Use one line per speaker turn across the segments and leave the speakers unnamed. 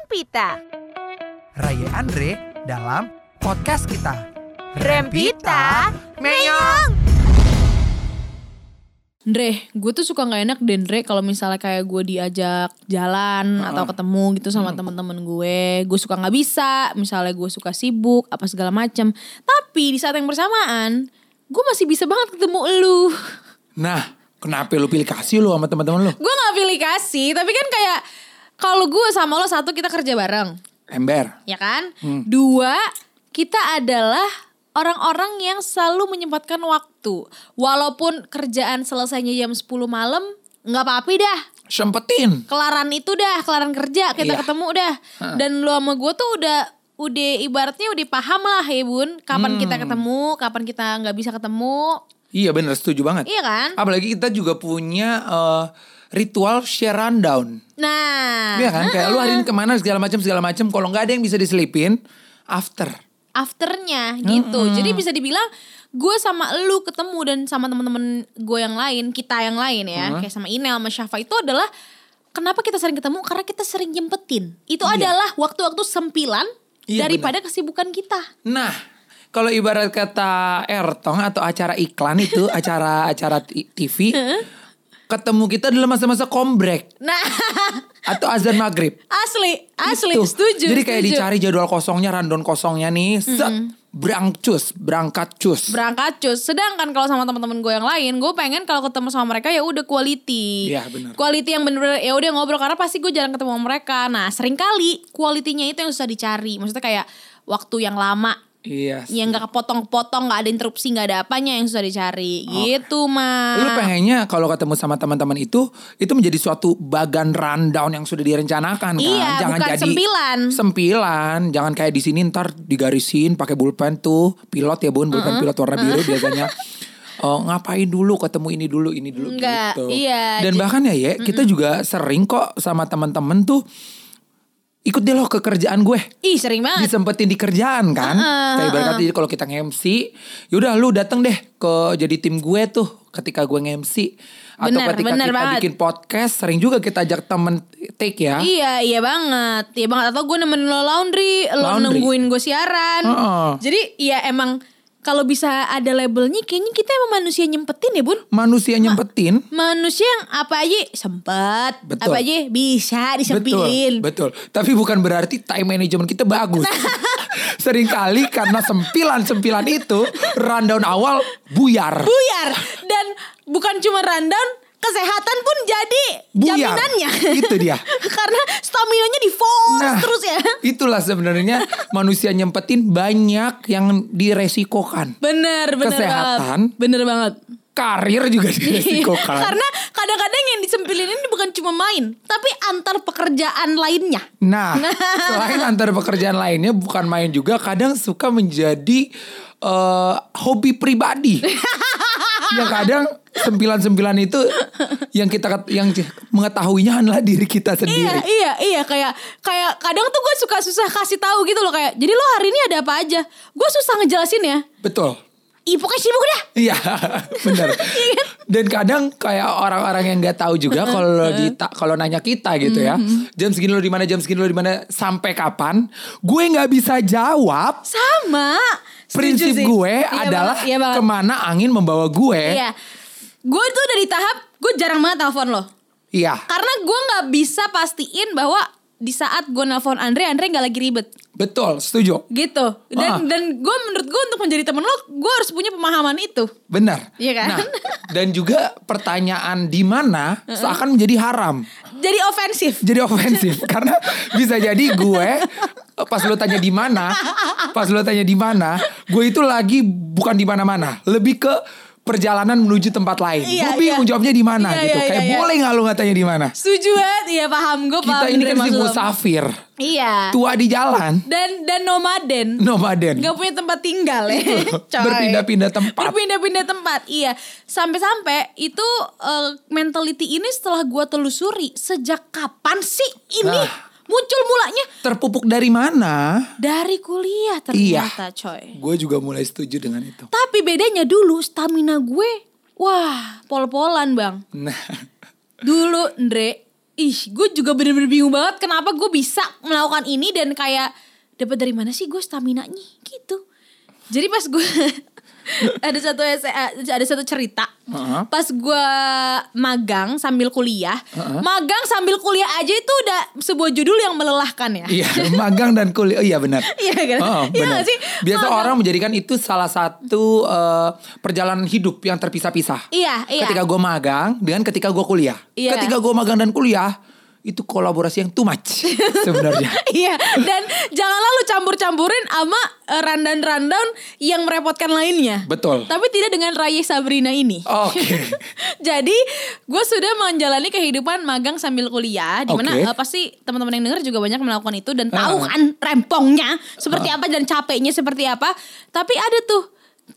Rempita.
Raya Andre dalam podcast kita.
Rempita Meong.
Dre, gue tuh suka nggak enak deh Dre kalau misalnya kayak gue diajak jalan atau ketemu gitu sama temen-temen gue, gue suka nggak bisa, misalnya gue suka sibuk apa segala macem. Tapi di saat yang bersamaan, gue masih bisa banget ketemu lu.
Nah, kenapa lu pilih kasih lu sama teman-teman lu?
Gue nggak pilih kasih, tapi kan kayak kalau gue sama lo satu kita kerja bareng,
Ember.
ya kan? Dua, kita adalah orang-orang yang selalu menyempatkan waktu. Walaupun kerjaan selesainya jam 10 malam, nggak apa-apa dah.
Sempetin.
Kelaran itu dah, kelaran kerja kita
Iya.
ketemu dah. Dan lu sama gue tuh udah udah ibaratnya udah paham lah ya bun
Hmm.
kapan kita ketemu kapan kita nggak bisa ketemu
Iya bener, setuju banget.
iya kan
Apalagi kita juga punya eh, ritual share rundown.
nah
Iya kan? Kayak lu hari ini kemana segala macam segala macam. Kalau nggak ada yang bisa diselipin, after.
afternya gitu.
Hmm.
Jadi bisa dibilang gue sama lu ketemu dan sama temen-temen gue yang lain, kita yang lain ya,
Hmm.
kayak sama Inel, sama Syafa itu adalah kenapa kita sering ketemu karena kita sering nyempetin. Itu adalah waktu-waktu sempilan
Iya,
daripada kesibukan kita.
Nah, kalau ibarat kata ertong atau acara iklan itu, acara-acara ti- TV, ketemu kita dalam masa-masa kombrek
Nah,
atau azan maghrib.
asli, asli
Tuh,
setuju.
Gitu. Jadi kayak
setuju.
dicari jadwal kosongnya, random kosongnya nih, set, berangcus, berangkat cus.
berangkat cus. Sedangkan kalau sama teman-teman gue yang lain, gue pengen kalau ketemu sama mereka ya udah quality.
Iya, bener.
Quality yang bener-bener ya udah ngobrol karena pasti gue jarang ketemu sama mereka. Nah, sering kali quality-nya itu yang susah dicari. Maksudnya kayak waktu yang lama
Iya.
yang gak kepotong-potong, gak ada interupsi, gak ada apanya yang susah dicari. Gitu, mah.
Oh. Lu pengennya kalau ketemu sama teman-teman itu itu menjadi suatu bagan rundown yang sudah direncanakan kan.
Iya,
jangan
bukan
jadi
sempilan.
Sempilan, jangan kayak di sini ntar digarisin pakai bulpen tuh pilot ya Bun, bulpen pilot warna biru biasanya. Oh, ngapain dulu ketemu ini dulu ini dulu
Enggak,
gitu.
iya, jadi-
Dan bahkan ya ya, kita juga sering kok sama teman-teman tuh ikut deh lo ke kerjaan gue
Ih, sering banget.
disempetin di kerjaan kan. Kayak ibarat kata, jadi kalau kita nge-MC, yaudah lu datang deh ke jadi tim gue tuh ketika gue nge-MC atau
Bener,
ketika
bener
kita
banget.
bikin podcast sering juga kita ajak temen take ya.
Iya, iya banget. Iya banget. Atau gue nemenin lo laundry, lo
Laundry.
nungguin gue siaran.
Heeh.
Jadi ya emang kalau bisa ada labelnya kayaknya kita emang manusia nyempetin ya bun.
Manusia nyempetin.
Manusia yang apa aja sempat,
Betul.
apa aja bisa disempilin.
Betul, betul. Tapi bukan berarti time management kita bagus. Seringkali karena sempilan-sempilan itu rundown awal buyar.
Buyar dan bukan cuma rundown, kesehatan pun jadi
Buyar.
jaminannya.
Itu dia.
Karena staminanya di force terus ya.
Nah, Itulah sebenarnya manusia nyempetin banyak yang diresikokan.
Bener, bener
Kesehatan.
banget. Bener banget.
Karir juga
Iya,
diresikokan.
Karena kadang-kadang yang disempilin ini bukan cuma main, tapi antar pekerjaan lainnya.
Nah, selain antar pekerjaan lainnya bukan main juga kadang suka menjadi eh, hobi pribadi. yang kadang sempilan-sempilan itu yang kita ket- yang c- mengetahuinya adalah diri kita
Iya,
sendiri.
iya, iya kayak kayak kadang tuh gue suka susah kasih tahu gitu loh kayak. Jadi lo hari ini ada apa aja? Gue susah ngejelasin ya.
Betul.
Ih, pokoknya sibuk dah.
Iya, benar. Dan kadang kayak orang-orang yang nggak tahu juga kalau kita kalau nanya kita gitu ya,
Mhm,
jam segini lo di mana, jam segini lo di mana, sampai kapan? Gue nggak bisa jawab.
Sama. Setuju
prinsip
sih.
gue
Iya
adalah
banget, iya banget.
kemana angin membawa gue.
Iya. Gue tuh dari tahap gue jarang banget telepon lo.
Iya,
Karena gue nggak bisa pastiin bahwa di saat gue nelfon Andre, Andre nggak lagi ribet.
betul, setuju.
gitu dan
Ah.
dan gue menurut gue untuk menjadi temen lo gue harus punya pemahaman itu
Benar.
Iya kan?
Nah, dan juga pertanyaan di mana seakan menjadi haram.
jadi ofensif
Jadi ofensif karena bisa jadi gue pas lo tanya di mana, pas lo tanya di mana, gue itu lagi bukan di mana-mana, lebih ke perjalanan menuju tempat lain.
Iya,
gue bingung
iya.
jawabnya di mana
Iya,
gitu.
iya,
Kayak
iya, iya.
boleh nggak lo nggak tanya di mana?
setuju banget iya paham gue paham
Kita ini
dari
kan si
maksud lo.
musafir,
iya
tua di jalan,
dan dan nomaden
nomaden.
nggak punya tempat tinggal ya Coy.
Berpindah-pindah tempat.
berpindah-pindah tempat iya sampai-sampai itu eh, mentality ini setelah gue telusuri sejak kapan sih ini
Nah.
muncul mulanya
terpupuk dari mana?
dari kuliah
Iya.
ternyata coy
Gue juga mulai setuju dengan itu.
tapi bedanya dulu stamina gue wah pol-polan bang
Nah,
Dulu Ndre ih gue juga bener-bener bingung banget kenapa gue bisa melakukan ini dan kayak dapat dari mana sih gue stamina nya gitu jadi pas gue ada satu es- eh, ada satu cerita
Heeh.
pas gue magang sambil kuliah magang sambil kuliah aja itu udah sebuah judul yang melelahkan ya
Iya, magang dan kuliah. Oh iya benar.
Iya kan?
Oh,
Iya
benar.
nggak sih?
Biasa
Magang.
orang menjadikan itu salah satu eh, perjalanan hidup yang terpisah-pisah.
Iya, iya.
Ketika gue magang dengan ketika gue kuliah.
Iya.
Ketika gue magang dan kuliah itu kolaborasi yang too much sebenarnya.
Iya, dan janganlah lu campur-campurin sama eh, rundown-rundown yang merepotkan lainnya.
Betul.
Tapi tidak dengan Raye Sabrina ini.
Oke.
Jadi, gue sudah menjalani kehidupan magang sambil kuliah, di mana
Oke.
eh, pasti teman-teman yang dengar juga banyak melakukan itu dan tahu
Ah.
kan rempongnya seperti apa dan capeknya seperti apa. Tapi ada tuh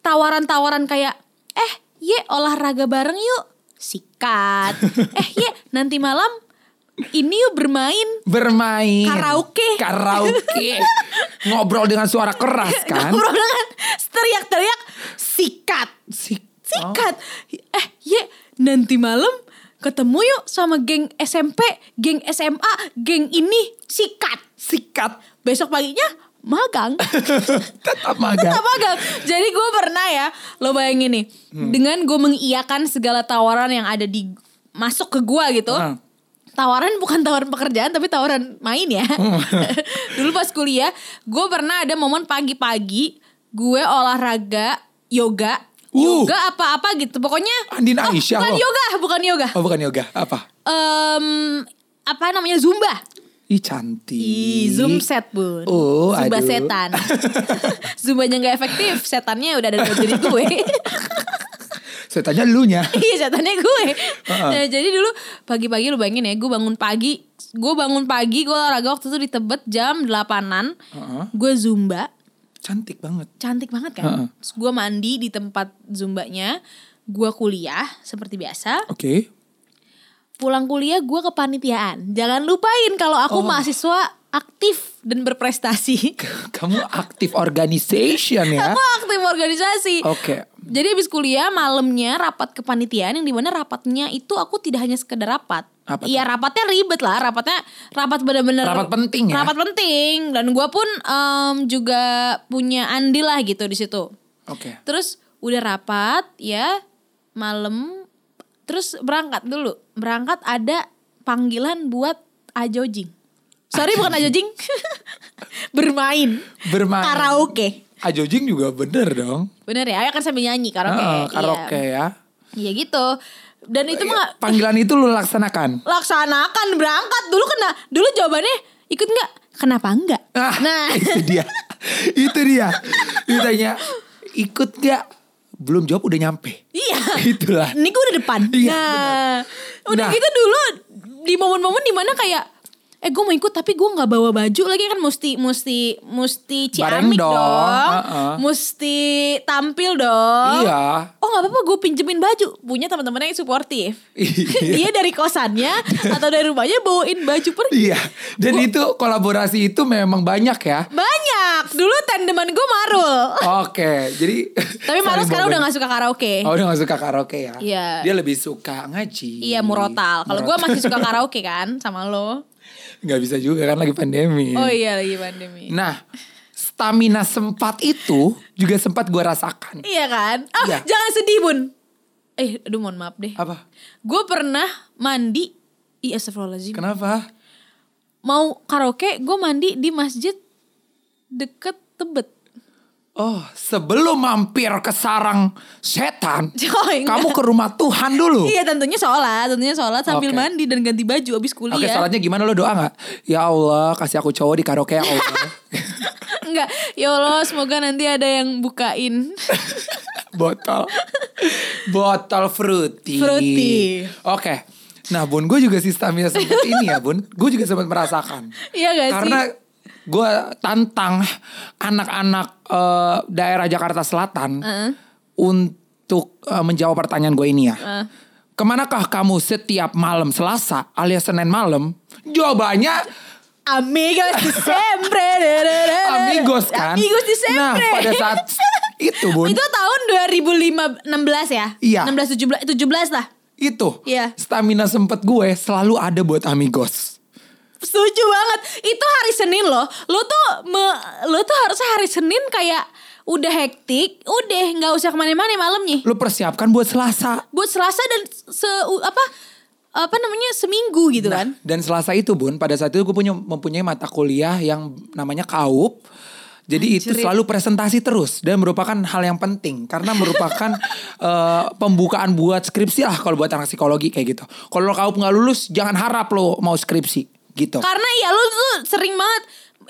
tawaran-tawaran kayak, eh, ye olahraga bareng yuk, sikat. eh, ye nanti malam ini yuk bermain
Bermain.
Karaoke.
Karaoke. Ngobrol dengan suara keras kan.
ngobrol dengan teriak-teriak sikat
Sik. Oh.
sikat eh ye nanti malam ketemu yuk sama geng SMP geng SMA geng ini sikat sikat besok paginya magang
Tetap magang.
tetap magang jadi gue pernah ya lo bayangin nih
Hmm.
dengan gue mengiyakan segala tawaran yang ada di masuk ke gue gitu
Ah.
tawaran bukan tawaran pekerjaan tapi tawaran main ya.
Hmm.
Dulu pas kuliah, gue pernah ada momen pagi-pagi gue olahraga yoga,
Uh.
yoga apa-apa gitu. Pokoknya
Andin
Oh,
Aisyah
bukan
loh.
yoga, bukan yoga.
Oh bukan yoga. Apa?
Em, apa namanya zumba?
Ih cantik.
Ih, zoom set bun.
Oh,
Zumba
aduh.
setan. Zumbanya nggak efektif, setannya udah ada dua jenis gue.
Saya tanya lu nya.
Iya setannya gue Nah, Jadi dulu pagi-pagi lu bayangin ya Gue bangun pagi Gue bangun pagi Gue olahraga waktu itu di Tebet jam 8an Gue zumba
Cantik banget.
Cantik banget kan
Heeh.
Terus Gue mandi di tempat zumbanya Gue kuliah seperti biasa
Oke.
Pulang kuliah gue kepanitiaan Jangan lupain kalau
Oh.
aku mahasiswa aktif dan berprestasi
Kamu aktif organization ya?
Aku aktif organisasi
Oke.
Jadi habis kuliah malamnya rapat kepanitiaan yang dimana rapatnya itu aku tidak hanya sekedar rapat.
Apa tuh?
Iya rapatnya ribet lah, rapatnya rapat bener-bener.
ya? Rapat penting ya?
Rapat penting dan gue pun em, juga punya andil lah gitu di situ.
Oke.
Terus udah rapat ya malam, terus berangkat dulu. Berangkat ada panggilan buat ajojing. Sorry bukan ajojing, bermain.
Bermain.
Karaoke.
Ajojing juga bener dong.
Bener ya, ayo kan sambil nyanyi karaoke.
Heeh,
Iya.
karaoke ya.
Iya gitu. Dan itu
Iya.
mah
Panggilan itu lu laksanakan.
laksanakan berangkat dulu kena dulu jawabannya ikut nggak? Kenapa enggak?
Ah,
Nah,
itu dia. itu dia. Ditanya ikut gak? Belum jawab udah nyampe.
iya.
Itulah.
Ini gue udah depan.
Iya,
nah, udah
Nah.
gitu dulu di momen-momen dimana kayak eh gue mau ikut tapi gue nggak bawa baju lagi kan mesti mesti mesti
Bareng
ciamik dong,
dong, heeh.
mesti tampil dong.
Iya.
Oh nggak apa-apa gue pinjemin baju punya teman-teman yang suportif.
Iya.
Dia dari kosannya atau dari rumahnya bawain baju pergi.
Iya. Dan itu kolaborasi itu memang banyak ya.
Banyak. Dulu tandeman gue Marul.
Oke, jadi
Nah. Tapi Marul
Sorry,
sekarang
Bobo.
udah gak suka karaoke.
Oh, udah gak suka karaoke ya?
Eh. Iya.
Dia lebih suka ngaji.
Iya murotal. Kalau gue masih suka karaoke kan sama lo.
Gak bisa juga kan lagi pandemi.
Oh iya lagi pandemi.
Nah, stamina sempat itu juga sempat gue rasakan.
Iya kan? Ah,
Iya.
jangan sedih, Bun. Eh, aduh mohon maaf deh.
Apa?
Gue pernah mandi Iya astagfirullahaladzim
Kenapa?
Mau karaoke gue mandi di masjid deket Tebet
Oh, sebelum mampir ke sarang setan,
Coy,
kamu ke rumah Tuhan
Oh,
dulu.
Iya tentunya sholat Tentunya sholat sambil
Oh. Oke.
mandi dan ganti baju abis kuliah
Oke, salatnya gimana lo doa nggak? Ya Allah, kasih aku cowok di karaoke ya Allah.
Enggak Ya Allah semoga nanti ada yang bukain
botol botol fruity
Fruity.
oke nah bun gue juga si stamina sempat ini ya bun gue juga sempat merasakan
Iya gak sih?
karena gue tantang anak-anak eh, daerah Jakarta Selatan untuk eh, menjawab pertanyaan gue ini ya kemanakah kamu setiap malam Selasa alias Senin malam jawabannya
Amigos di sempre. da, da, da, da.
Amigos kan
Eh, Amigos di sempre.
nah pada saat itu bun
itu tahun 2016 ya?
Iya.
16 17 17 lah.
itu
Iya.
stamina sempet gue selalu ada buat amigos.
Setuju banget. Itu hari Senin loh. Lo tuh me- lo tuh harusnya hari Senin kayak udah hektik, udah nggak usah kemana-mana malamnya.
Lu persiapkan buat Selasa.
Buat Selasa dan se apa apa namanya seminggu gitu kan.
Dan Selasa itu Bun, pada saat itu gue punya mempunyai mata kuliah yang namanya kaup. Jadi itu selalu presentasi terus dan merupakan hal yang penting karena merupakan eh, pembukaan buat skripsi lah kalau buat anak psikologi kayak gitu. Kalau lo kaup nggak lulus jangan harap lo mau skripsi gitu.
Karena ya lo tuh sering banget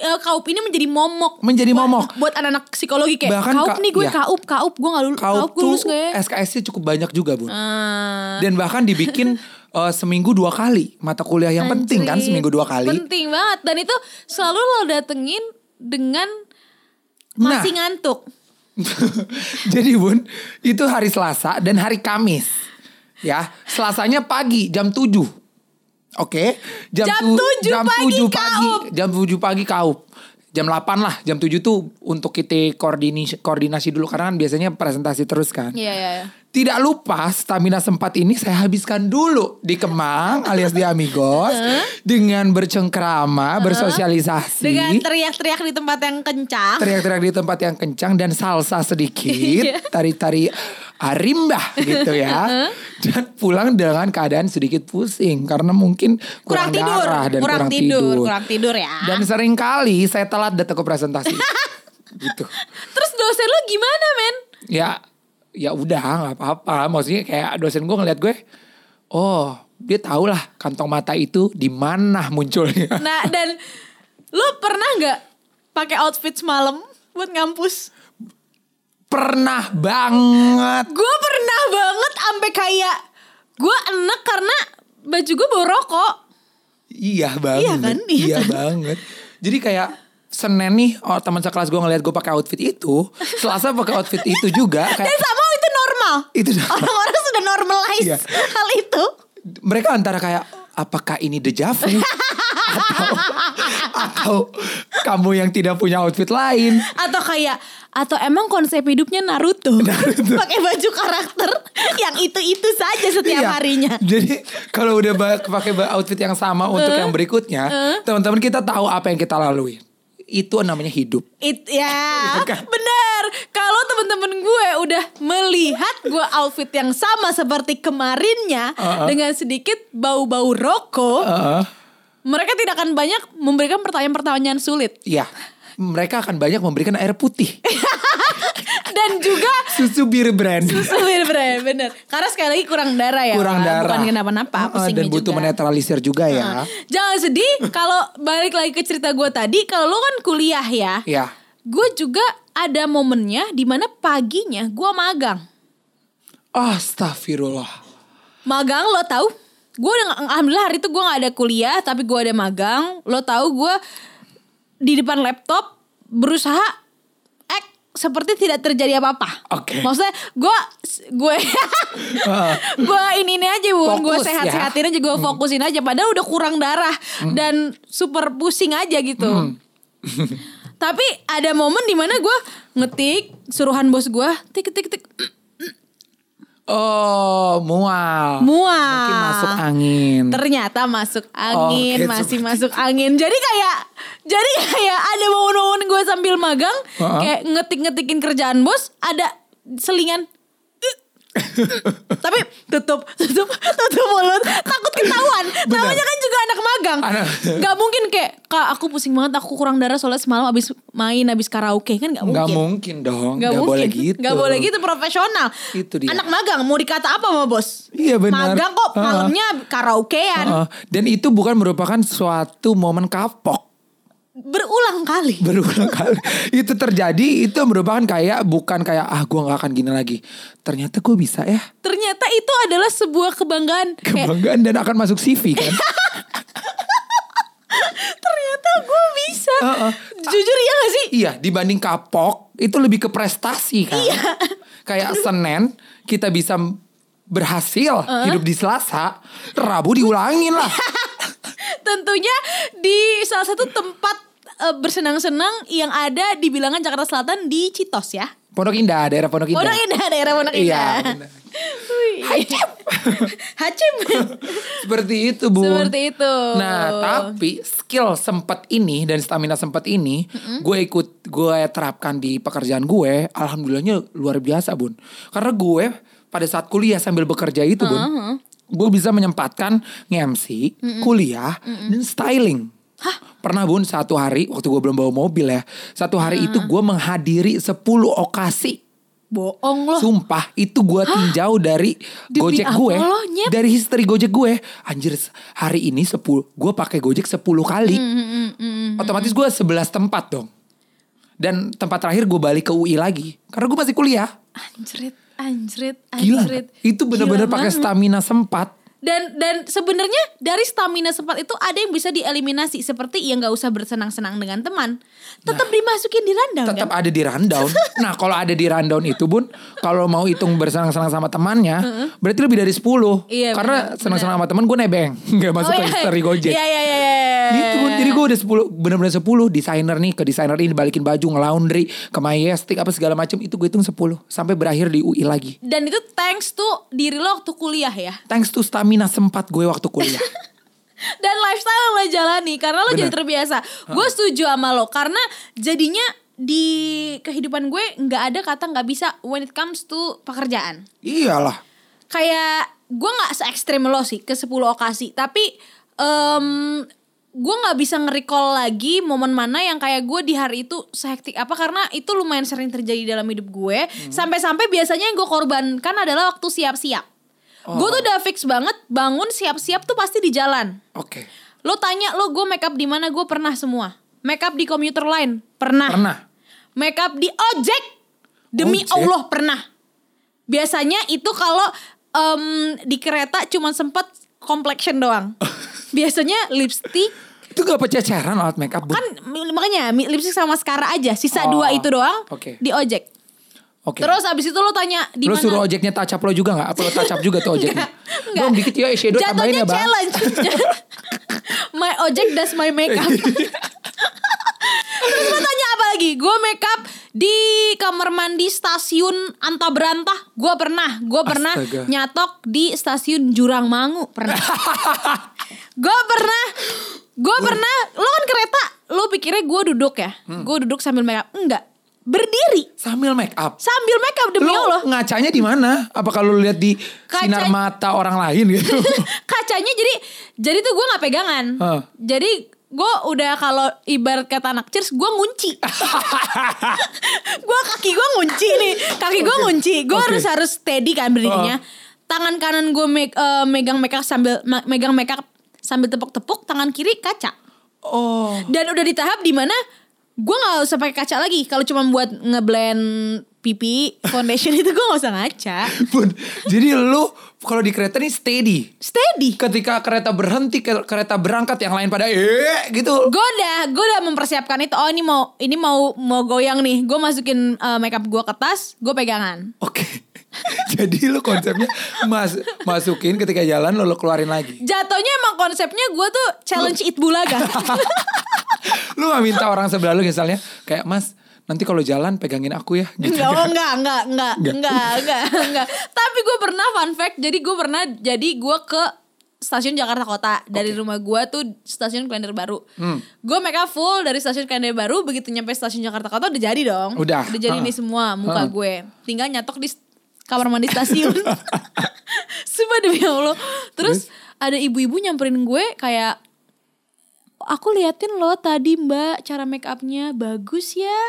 eh, kaup ini menjadi momok.
Menjadi
Buat-
momok.
Buat anak-anak psikologi kayak
Bahkan
kaup
ka-
nih gue
iya.
kaup, kaup gue nggak lulus, kaup,
Kaup
gue
tuh
lulus gak ya?
SKS-nya cukup banyak juga Bun.
Ah.
Dan bahkan dibikin eh, seminggu dua kali mata kuliah yang penting kan
Anjrit.
seminggu dua kali.
Penting banget dan itu selalu lo datengin dengan
Nah.
masih ngantuk.
Jadi Bun, itu hari Selasa dan hari Kamis. Ya, Selasanya pagi jam 7. Oke,
Jam
tu-
7
jam
pagi
7 pagi,
kaup.
jam 7 pagi kaup. Jam 8 lah, jam 7 tuh untuk kita koordinasi, koordinasi dulu karena kan biasanya presentasi terus kan.
Iya iya. iya.
Tidak lupa stamina sempat ini saya habiskan dulu di Kemang alias di Amigos dengan bercengkrama, bersosialisasi
Dengan teriak-teriak di tempat yang kencang.
teriak-teriak di tempat yang kencang dan salsa
Iya.
sedikit, tari-tari arimbah gitu ya. dan pulang dengan keadaan sedikit pusing karena mungkin kurang,
kurang, tidur,
darah dan kurang, tidur.
kurang tidur ya.
Dan seringkali saya telat datang ke presentasi. gitu.
Terus dosen lo gimana, men?
Ya ya udah nggak apa-apa. Maksudnya kayak dosen gue ngeliat gue, oh dia tau lah kantong mata itu di mana munculnya.
Nah, dan lo pernah nggak pakai outfit semalam buat ngampus?
Pernah banget
Gue pernah banget sampai kayak gue enek karena baju gue bau rokok.
Iya banget.
Iya kan? Iya kan?
banget. Jadi kayak Senin nih oh, teman sekelas gue ngeliat gue pakai outfit itu, Selasa pakai outfit itu juga
Dan
kayak
sama itu normal.
itu dah.
Orang-orang sudah normalize
Iya.
hal itu.
mereka antara kayak apakah ini deja vu atau, atau kamu yang tidak punya outfit lain.
Atau kayak atau emang konsep hidupnya Naruto,
Naruto.
pakai baju karakter yang itu-itu saja setiap
Iya.
harinya.
Jadi kalau udah ba- pakai ba- outfit yang sama untuk yang berikutnya, teman-teman kita tahu apa yang kita lalui. Itu namanya hidup.
It ya,
Iya kan?
bener. Kalau temen-temen gue udah melihat gue outfit yang sama seperti kemarinnya
Uh-uh.
dengan sedikit bau-bau rokok,
Heeh.
mereka tidak akan banyak memberikan pertanyaan-pertanyaan sulit
Iya. Mereka akan banyak memberikan air putih.
dan juga
Susu bir brand.
sulit bener, bener. Karena sekali lagi kurang darah ya,
kurang
Wan.
darah.
bukan kenapa-napa,
Heeh,
pusingnya
dan butuh
juga. Nah,
menetralisir juga ya.
Jangan sedih. Kalau balik lagi ke cerita gue tadi, kalau lo kan kuliah ya,
Ya.
gue juga ada momennya di mana paginya gue magang.
Astagfirullah.
magang lo tahu gue udah nggak- alhamdulillah hari itu gue nggak ada kuliah tapi gue ada magang lo tahu gue di depan laptop berusaha act seperti tidak terjadi apa-apa.
Oke. Ah.
Maksudnya gue gue gue ini ini aja bun, gue
Fokus ya.
sehat-sehatin aja gue fokusin aja. Padahal udah kurang darah
Hmm.
dan super pusing aja gitu. Tapi ada momen dimana gue ngetik suruhan bos gue tik tik tik
Oh, mual.
mual.
Mungkin masuk angin.
ternyata masuk angin
Oke,
masih
seperti
masuk angin jadi kayak jadi kayak ada momen-momen gue sambil magang
Heeh.
kayak ngetik-ngetikin kerjaan bos ada selingan tapi tutup tutup tutup mulut takut ketahuan namanya kan juga anak magang
Anak-
nggak mungkin kayak kak aku pusing banget aku kurang darah soalnya semalam abis main abis karaoke kan nggak
Nggak
mungkin
mungkin dong.
Nggak
Nggak boleh gitu.
Nggak boleh gitu profesional.
Itu dia.
Anak magang mau dikata apa sama bos?
Iya, benar.
Magang kok
Heeh.
malamnya karaokean
Heeh. Dan itu bukan merupakan suatu momen kapok.
berulang kali.
Berulang kali. itu terjadi, itu merupakan kayak bukan kayak ah gue nggak akan gini lagi. Ternyata gue bisa ya.
Ternyata itu adalah sebuah kebanggaan. Kayak,
Kebanggaan dan akan masuk CV kan.
ternyata gue bisa.
Heeh.
Jujur iya gak sih?
Iya, dibanding kapok itu lebih ke prestasi kan. Kayak Senin kita bisa m- berhasil hidup di Selasa, Rabu diulangin lah.
Tentunya di salah satu tempat eh, bersenang-senang yang ada di bilangan Jakarta Selatan di Citos ya.
Pondok Indah, daerah Pondok Indah.
Pondok Indah, daerah Pondok
Iya,
Indah.
benar.
Wih, Hacim. Hacim.
Seperti itu, Bu.
Seperti itu.
Nah, tapi skill sempat ini dan stamina sempat ini, gue ikut gue terapkan di pekerjaan gue, alhamdulillahnya luar biasa, Bun. Karena gue pada saat kuliah sambil bekerja itu, Bun, gue bisa menyempatkan nge-MC, kuliah, dan styling. Pernah bun satu hari waktu gue belum bawa mobil ya Satu hari itu gue menghadiri 10 okasi
Boong loh.
Sumpah itu gue tinjau dari
Demi
Gojek
apa
gue
lo, Nyet?
Dari history Gojek gue Anjir hari ini 10 Gue pakai Gojek 10 kali
Hmm,
Otomatis gue 11 tempat dong Dan tempat terakhir gue balik ke UI lagi Karena gue masih kuliah
Anjrit, anjrit,
Gila
anjrit.
Itu bener-bener
Gila
pakai
banget.
stamina sempat
Dan dan sebenarnya dari stamina sempat itu ada yang bisa dieliminasi seperti yang nggak usah bersenang-senang dengan teman, tetap dimasukin di randang kan?
Nah. Tetap ada di rundown Nah kalau ada di rundown itu bun Kalau mau hitung bersenang-senang sama temannya Berarti lebih dari 10
Iya,
Karena
bener,
senang-senang sama teman gue nebeng Gak masuk
Oh,
ke
iya.
history Gojek
Iya iya iya. iya.
Gitu Bun. jadi gue udah 10 Bener-bener 10 Desainer nih ke desainer ini Balikin baju Ngelaundry Ke Mayestik Apa segala macam Itu gue hitung 10 Sampai berakhir di UI lagi
Dan itu thanks tuh diri lo waktu kuliah ya.
Thanks to stamina sempat gue waktu kuliah
dan lifestyle yang lo jalani karena lo
Bener.
jadi terbiasa. Gue setuju sama lo karena jadinya di kehidupan gue nggak ada kata nggak bisa when it comes to pekerjaan.
Iyalah
Kayak gue nggak se ekstrem lo sih ke 10 okasi tapi em gue nggak bisa nge-recall lagi momen mana yang kayak gue di hari itu sehektik apa karena itu lumayan sering terjadi dalam hidup gue sampai-sampai biasanya yang gue korbankan adalah waktu siap-siap gue tuh udah fix banget bangun siap-siap tuh pasti di jalan
Oke
Lo tanya lo gue make up di mana gue pernah semua. Make up di commuter line pernah.
Ah. Pernah
Make up di ojek demi
Ojek?
Allah pernah. Biasanya itu kalau em, di kereta cuman sempet complexion doang. Biasanya lipstick
Itu gak apa ceceran alat makeup Bun
kan makanya mi- lipstick sama mascara aja sisa
Oh,
dua itu doang
oke.
di ojek.
Oke
Terus abis itu lo tanya di
Lo
mana?
suruh ojeknya touch up lo juga gak? Apa lo touch up juga tuh ojeknya?
Enggak.
Dong dikit ya eyeshadow tambahin
Jatuhnya
ya bang
challenge. my ojek does my makeup. Terus gue tanya apa lagi? Gue makeup di kamar mandi stasiun Anta Berantah. Gue pernah, gue pernah
Astaga.
nyatok di stasiun Jurang Mangu pernah. gue pernah, gue pernah. Lo kan kereta, lo pikirnya gue duduk ya?
Hmm.
Gue duduk sambil makeup, enggak berdiri
Sambil make up
sambil makeup demi
Lo
Allah.
ngacanya di mana? Apa kalau lo lihat di
Kaca-
sinar mata orang lain gitu?
kacanya jadi jadi tuh gue nggak pegangan
Hah.
jadi gue udah kalau ibarat kata anak cheers gue ngunci gue kaki gue ngunci nih kaki gue ngunci gue
Oke.
harus harus steady kan berdirinya tangan kanan gue make, eh, megang makeup sambil ma- megang makeup sambil tepuk-tepuk tangan kiri kaca
oh
dan udah di tahap dimana gue nggak usah pakai kaca lagi kalau cuma buat ngeblend pipi foundation itu gue nggak usah ngaca
Bun, jadi lu kalau di kereta nih steady.
steady
Ketika kereta berhenti, ke- kereta berangkat yang lain pada eh gitu.
gue udah gue udah mempersiapkan itu oh ini mau ini mau mau goyang nih gue masukin eh, makeup gue ke tas gue pegangan
Oke. jadi lu konsepnya mas masukin ketika jalan lu, lu keluarin lagi.
jatuhnya emang konsepnya gue tuh challenge it bulaga
Lu gak minta orang sebelah lu misalnya kayak Mas, nanti kalau jalan pegangin aku ya gitu.
Enggak, oh, enggak, enggak, enggak,
Enggak.
enggak, enggak, enggak. Tapi gue pernah fun fact, jadi gue pernah, jadi gue ke stasiun Jakarta Kota dari rumah gue tuh stasiun Klender Baru.
Hmm.
Gue make up full dari stasiun Klender Baru, begitu nyampe stasiun Jakarta Kota udah jadi dong.
Udah.
Udah jadi
Ha.
nih semua muka
Ha.
gue. Tinggal nyatok di st- kamar mandi stasiun. Sumpah demi Allah. Terus, ada ibu-ibu nyamperin gue kayak aku liatin lo tadi mbak cara make upnya bagus ya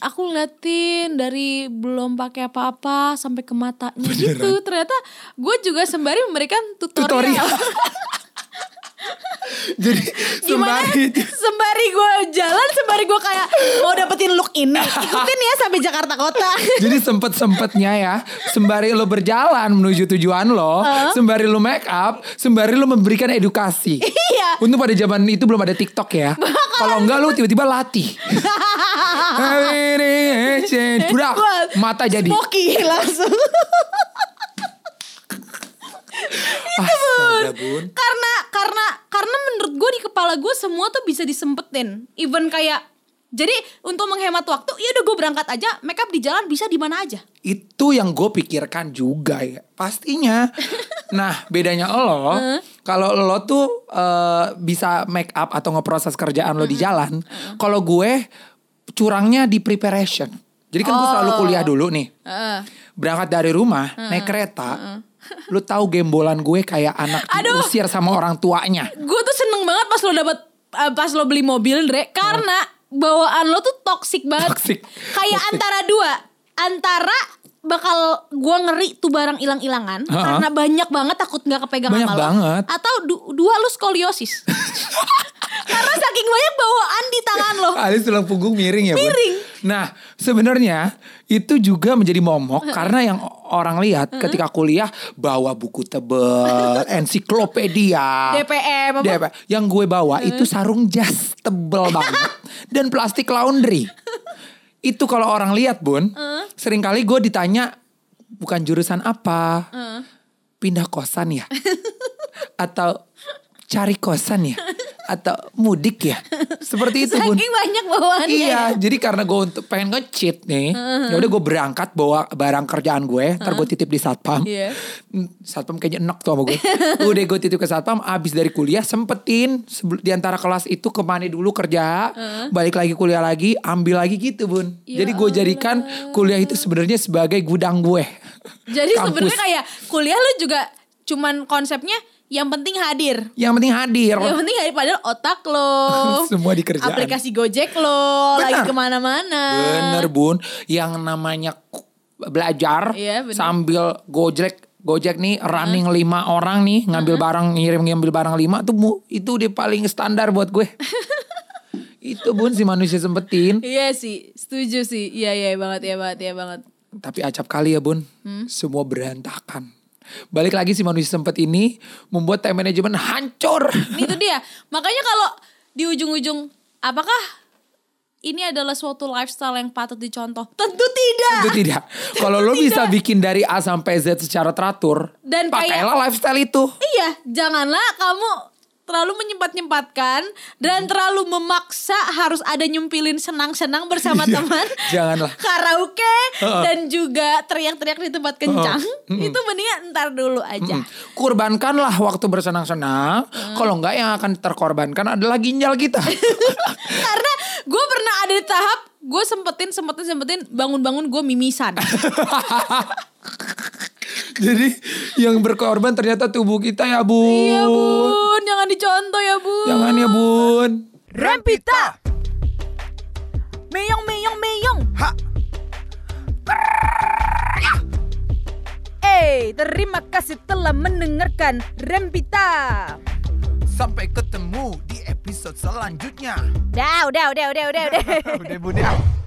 aku liatin dari belum pakai apa-apa sampai ke matanya gitu ternyata gue juga sembari memberikan tutorial,
Tutorial. jadi
gimana
sembari
sembari gue jalan sembari gue kayak mau dapetin look ini ikutin ya sampai Jakarta Kota
Jadi sempet-sempetnya ya, sembari lo berjalan menuju tujuan lo, sembari lo make up, sembari lo memberikan edukasi.
Iya.
Untung pada zaman itu belum ada TikTok ya. Kalau enggak lo tiba-tiba latih. Budak,
Gua
mata jadi.
Spoky langsung
Astaga bun.
karena karena karena menurut gue di kepala gue semua tuh bisa disempetin even kayak Jadi untuk menghemat waktu, ya udah gue berangkat aja, makeup di jalan bisa di mana aja.
Itu yang gue pikirkan juga ya. Pastinya. Nah bedanya lo, kalau lo tuh eh, bisa make up atau ngeproses kerjaan lo di
Hmm.
jalan. Kalau gue curangnya di preparation. Jadi kan gue selalu kuliah dulu nih.
Oh. Heeh.
Berangkat dari rumah, naik kereta. Lo tahu gembolan gue kayak anak
Aduh.
diusir sama orang tuanya.
Gue tuh seneng banget pas lo dapet eh, pas lo beli mobil, Dre, karena bawaan lo tuh toksik banget.
Toxic.
Kayak
Toxic.
antara dua, antara bakal gua ngeri tuh barang hilang-hilangan
Ha-ha.
karena banyak banget takut nggak kepegang
Banyak
sama lo.
banget.
Atau du- dua lo skoliosis. karena saking banyak bawaan di tangan lo.
Alis tulang punggung miring ya, Bun?
Miring.
Nah, sebenarnya itu juga menjadi momok karena yang orang lihat ketika kuliah bawa buku tebel, ensiklopedia,
DPM apa?
DPM. Yang gue bawa itu sarung jas tebel banget dan plastik laundry. Itu kalau orang lihat, Bun, seringkali gue ditanya bukan jurusan apa. Pindah kosan ya? Atau cari kosan ya? Atau mudik ya? Seperti itu, Bun.
Saking banyak bawaannya. ya.
Iya, jadi karena gue untuk pengen nge-cheat nih. Ya udah gue berangkat bawa barang kerjaan gue, ntar gue titip di satpam.
Iya.
Hmm, Satpam kayaknya enak tuh sama gue. udah gue titip ke satpam, abis dari kuliah sempetin sebel- di antara kelas itu ke mana dulu kerja, balik lagi kuliah lagi, ambil lagi gitu, Bun.
Ya
jadi gue jadikan kuliah itu sebenarnya sebagai gudang gue.
Jadi
Kampus.
sebenarnya kayak kuliah lu juga cuman konsepnya yang penting hadir.
yang penting hadir.
Yang penting hadir padahal otak lo.
Semua di kerjaan.
Aplikasi Gojek lo
Benar.
lagi kemana-mana.
Bener bun, yang namanya ku- belajar
Iya, bener.
sambil gojek gojek nih running lima orang nih ngambil barang ngirim ngambil barang lima tuh mu- itu dia paling standar buat gue. itu bun si manusia sempetin,
Iya sih, setuju sih. Iya iya banget ya banget ya banget.
tapi acap kali ya bun,
Hmm?
semua berantakan. Balik lagi si manusia sempet ini membuat time management hancur.
Ini tuh dia. Makanya kalau di ujung-ujung apakah ini adalah suatu lifestyle yang patut dicontoh? Tentu tidak.
Itu tidak. Kalau lo bisa bikin dari A sampai Z secara teratur,
Dan kayak-
pakailah lifestyle itu.
Iya, janganlah kamu terlalu menyempat-nyempatkan dan terlalu memaksa harus ada nyumpilin senang-senang bersama teman.
Iya, janganlah.
Karaoke dan juga teriak-teriak di tempat kencang. Itu mendingan ntar dulu aja.
Kurbankanlah waktu bersenang-senang.
Hmm.
Kalau enggak yang akan terkorbankan adalah ginjal kita.
Karena gue pernah ada di tahap gue sempetin sempetin sempetin bangun-bangun gue mimisan.
Jadi yang berkorban ternyata tubuh kita ya bun.
Iya bun, jangan dicontoh ya bun.
Jangan ya bun.
Rempita.
Meyong meyong meyong.
Eh, terima kasih telah mendengarkan Rempita.
Sampai ketemu di episode selanjutnya.
Dah, udah, udah, udah, udah, udah.
Udah bunda.